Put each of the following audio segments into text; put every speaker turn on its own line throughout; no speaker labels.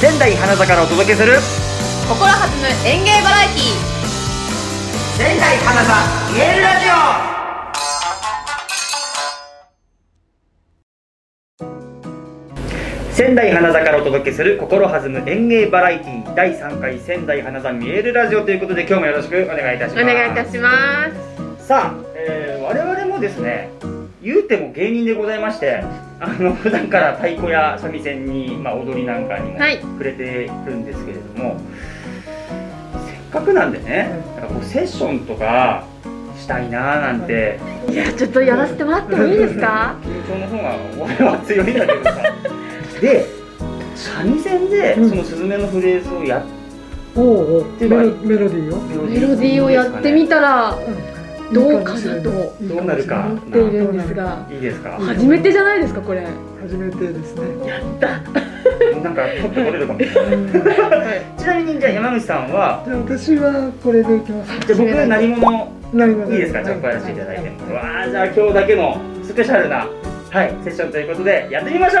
仙台花座からお届けする
心弾む演芸バラエティ
仙台花座見えるラジオ仙台花座からお届けする心弾む演芸バラエティー第3回仙台花座見えるラジオということで今日もよろしくお願いいたします
お願いいたします
さあ、えー我々もですね言うても芸人でございましてあの普段から太鼓や三味線に、まあ、踊りなんかにも
はい
触れてるんですけれども、せっかくなんでねなんかこうセッションとかしたいなーなんて
いやちょっとやらせてもらってもいいですか
緊張の方が俺は強いんだけど さで三味線で
うん
その「スズメのフレーズ」をやっ
おうおうメロメロディーよ
メロディーをやってみたらどうかなと思
どうなるか
っているんですが
いいですか
ん
初めてじゃないですかこれ
初めてですね
なんか取ってこれるかもしれないちなみにじゃあ山口さんは
じゃあ私はこれでいきます
じゃあ僕何者
何が
いいですか、ちょっとやらせていただいても。わあ、じゃあ今日だけのスペシャルな、はい、セッションということで、やってみましょう。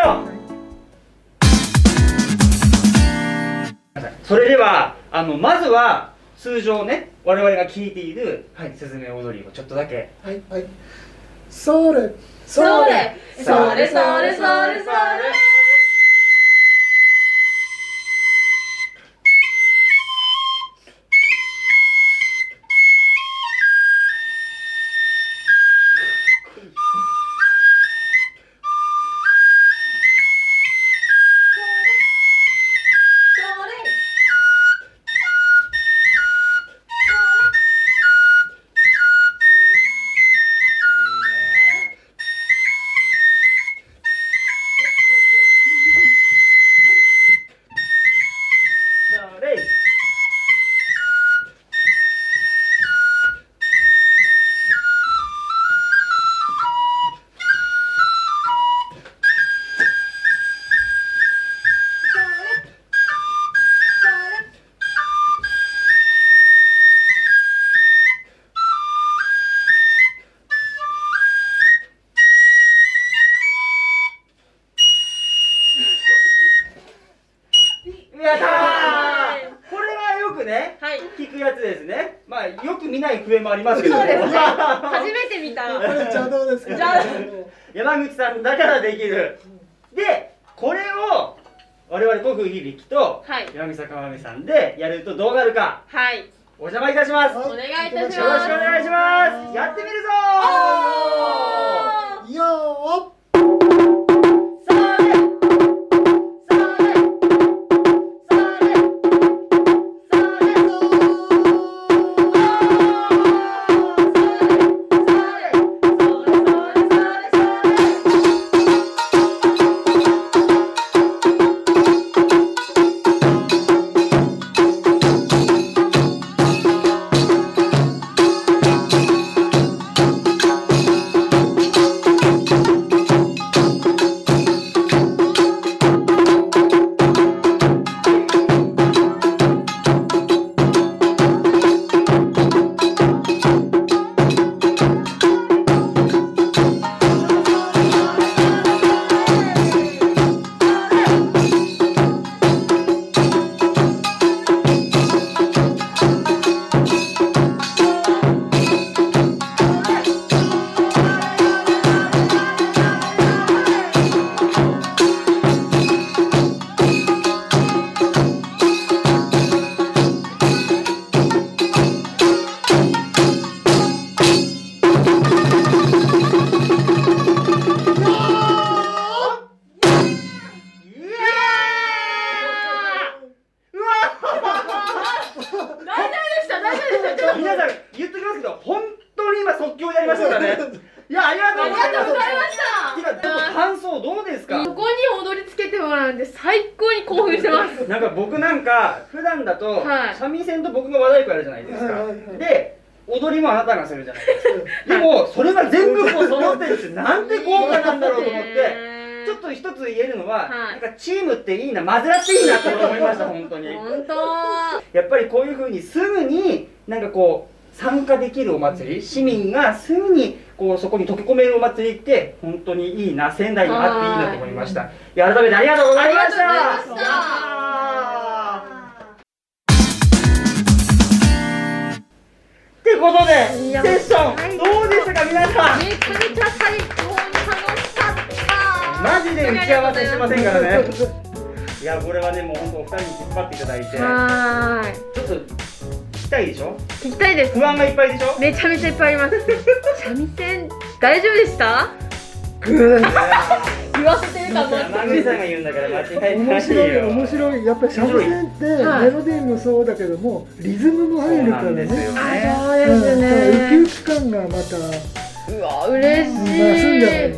それでは、あの、まずは、通常ね、我々が聞いている、はい、スズメ踊りをちょっとだけ。
はいはいそれ
そ
そ
れそれそれそれ
それやったーこれはよくね、
はい
聞くやつですね。まあ、よく見ない笛もありますけど。
そうですね初めて見た
これ邪道ですか
邪
山口さんだからできるでこれを我々古風響きと
はい
山口さん川上さんでやるとどうなるか
はい
お邪魔いたしますよ
お
ろしく
願いいたし
お
ます
願いしますやってみるぞー
おー
よーっ
それそれそれそれ
イエーイうわ皆さん言っときますけど本当に今即興でやりましたから ねいやありがとうございます今ちょっと感想どうですか
ここに踊りつけてもらうんで最高に興奮してます。
なんか僕なんか普段だと
はい
三味線と僕が和太鼓やるじゃないですか、
はいはいはい
で踊りもあなたがするじゃないですかでもそれが全部こう揃ってるしなんて豪華なんだろうと思ってちょっと一つ言えるのは、
はい
なんかチームっていいな混ぜ合っていいなって思いました本当に
本当
やっぱりこういうふうにすぐになんかこう参加できるお祭り市民がすぐにこうそこに溶け込めるお祭りって本当にいいな仙台にあっていいなと思いましたいや改めてありがとうございました
ありがとうございまし
い
た
やーセッ
いや
ション、
はい
どうでしたか皆さん
めちゃめちゃ最高に楽しかった
マジで打ち合わせしてませんから ね
そうそう
いやこれはねもう本当お二人に引っ張っていただいて
はーい
ちょっと聞きたいでしょ
聞きたいです
不安がいっぱいでし ょ
めちゃめちゃいっぱいあります三味線大丈夫でした
ぐー
言わせてるかも
山口さんが言うんだから間違いな
面
いよ
白い面白いやっぱり三味線ってメ
はい
ロディーもそうだけどもリズムも入るから
そうなんですよ
ね
あそう
う
で
ん
す
だからウキウ
ね
キ感がまた
うわ嬉し
増すんじゃない
い
ね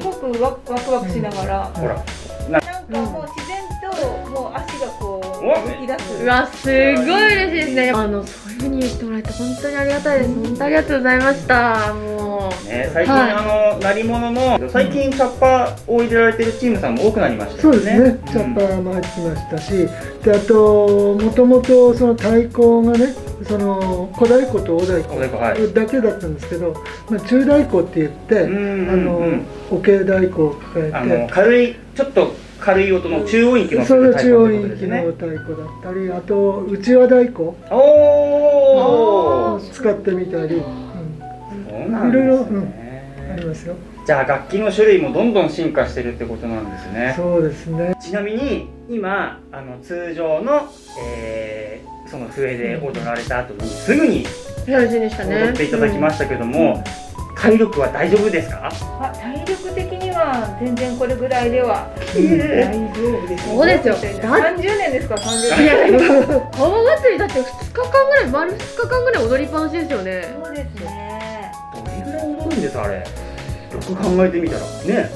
すごくワクワクワクしながら、
ほら
なんかもう自然ともう足がこう
お
動き出す。
うわすごい嬉しいですねあのそういう風に言ってもらえて本当にありがたいです本当にありがとうございましたもう
ね、最近、
はい
あの鳴り物の最近キャッパーを入れられてるチームさんも多くなりました
そ
よ
う
ね
ですね、チャッパーも入ってきましたし、であと、もともとその太鼓がね、その小太鼓と大
うんおで
太
こはい
鼓だけだったんですけど、まあ、中太鼓って言って、
うん
あの
うん
おけ太鼓を抱
あ
え
の軽いちょっと軽い音の中音域
て、
の
その中央
タイプのことで
域
す
の
ね
太鼓だったり、あと、うちわ太鼓
おおそ
使ってみたり、うん
うなん
いろいろ
です
うあり
ね
ますよ。
じゃあ楽器の種類もどんどん進化してるってことなんですね
そうですね。
ちなみに今あの通常の、えーその笛で踊られた後にすぐに
楽しいでしたね
踊っていただきましたけども、体力は大丈夫ですか
あ体力的には全然これぐらいでは大
え
丈夫です
そうですよ
三十年ですから三十
い
年。
やいや川祭りだって2日間ぐらい丸2日間ぐらい踊りっぱなしですよね
そうですね。
どれぐらい踊るんですあれよく考えてみたらね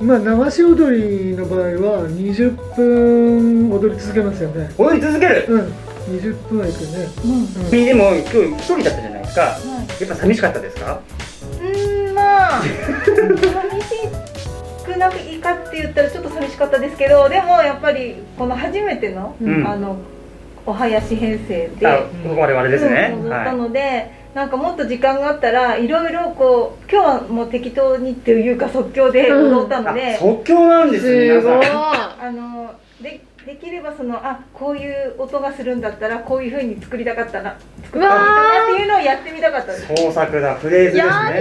まあ、流し踊りの場合は、20分踊り続けますよね。
踊り続ける
うん、20分はいくね。
うん。は
うん
君でも今日一人だったじゃないですかや
い。
っぱ寂しかったですか
うーんまあ寂しくないかって言ったらちょっと寂しかったですけどでもやっぱりこの初めての、
うん
あのお囃子編成で
あ我々ですね、
うん踊った
は
ので、なんかもっと時間があったらいろいろこう今日はもう適当にっていうか即興で
うん
踊ったの
いあ
で、
即興なんですね
す
皆
ごい
さん
あのでできればそのあこういう音がするんだったらこういうふうに作りたかったな
うわ
っていうのをやってみたかったです。
創作だフレーズ
ー
で
や
すね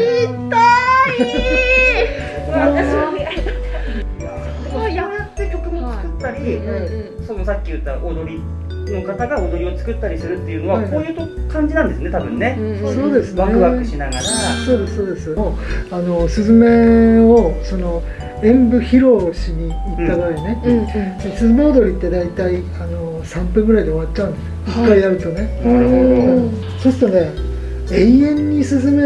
りた
まあ私も
ー
そうやって曲も作ったり、
い、うん
そのさっき言った踊りの方が踊りを作ったりするっていうのは、
はい
こういうと感じなんですね多分ね、
うん
そうですね。
ワクワクしながら、
そうですそうです。もうあのスズメをその演舞披露しに行った場合ね。
うんうん
スズメ踊りって大体あの3分ぐらいで終わっちゃうんです。一回やるとね。
なる
う
ほ
ん
そうするとね永遠にスズメ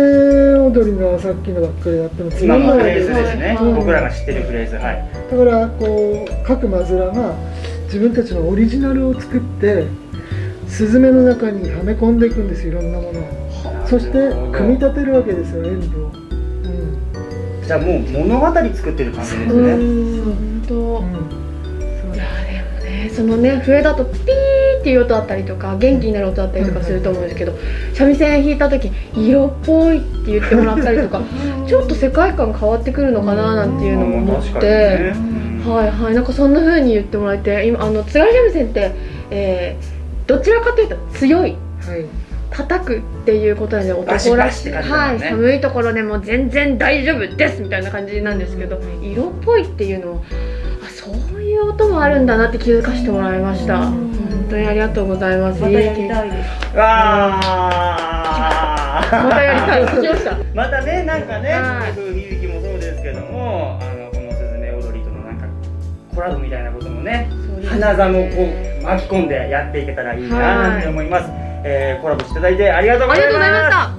踊りのさっきのばっかりやっても
ど
つま
今
ん
のフ
な
レー
いで
ズ
す。
ですね、
うん
僕らが知ってるフレーズはい
だからこう各マズラが自分たちのオリジナルを作ってスズメの中にはめ込んでいくんですよいろんなものを。そして組み立てるわけですよ演舞を。うん
じゃあもう物語作ってる感じですね、
うんうん本当いやでもねそのね笛だとピーっていう音だったりとか元気になる音だったりとかすると思うんですけど三味線弾いた時色っぽいって言ってもらったりとか ちょっと世界観変わってくるのかななんていうのも思って。
まあ確かにねうん
はいはいなんかそんな風に言ってもらえて今あの津軽三味線って、えーどちらかというと強い
はい、
叩くっていうことなんで
バシ
男
バ
ら
シっ
してい、
感じだも
は
ん
い、
ね
寒いところでも全然大丈夫ですみたいな感じなんですけど色っぽいっていうのもあそういう音もあるんだなって気づかせてもらいました
うん
本当にありがとうございます
またやり
いい経験
たいです。
わー
またやりたい聞きました
またねなんかね
はい
そういう響きもそうですけどもあのこの「すずめ踊り」とのなんかコラボみたいなこともね花座もこう巻き込んでやっていけたらいいななんて思います、えーコラボしていただいてありがとうご
ありが
ざいう
とございま
ま
し
す
た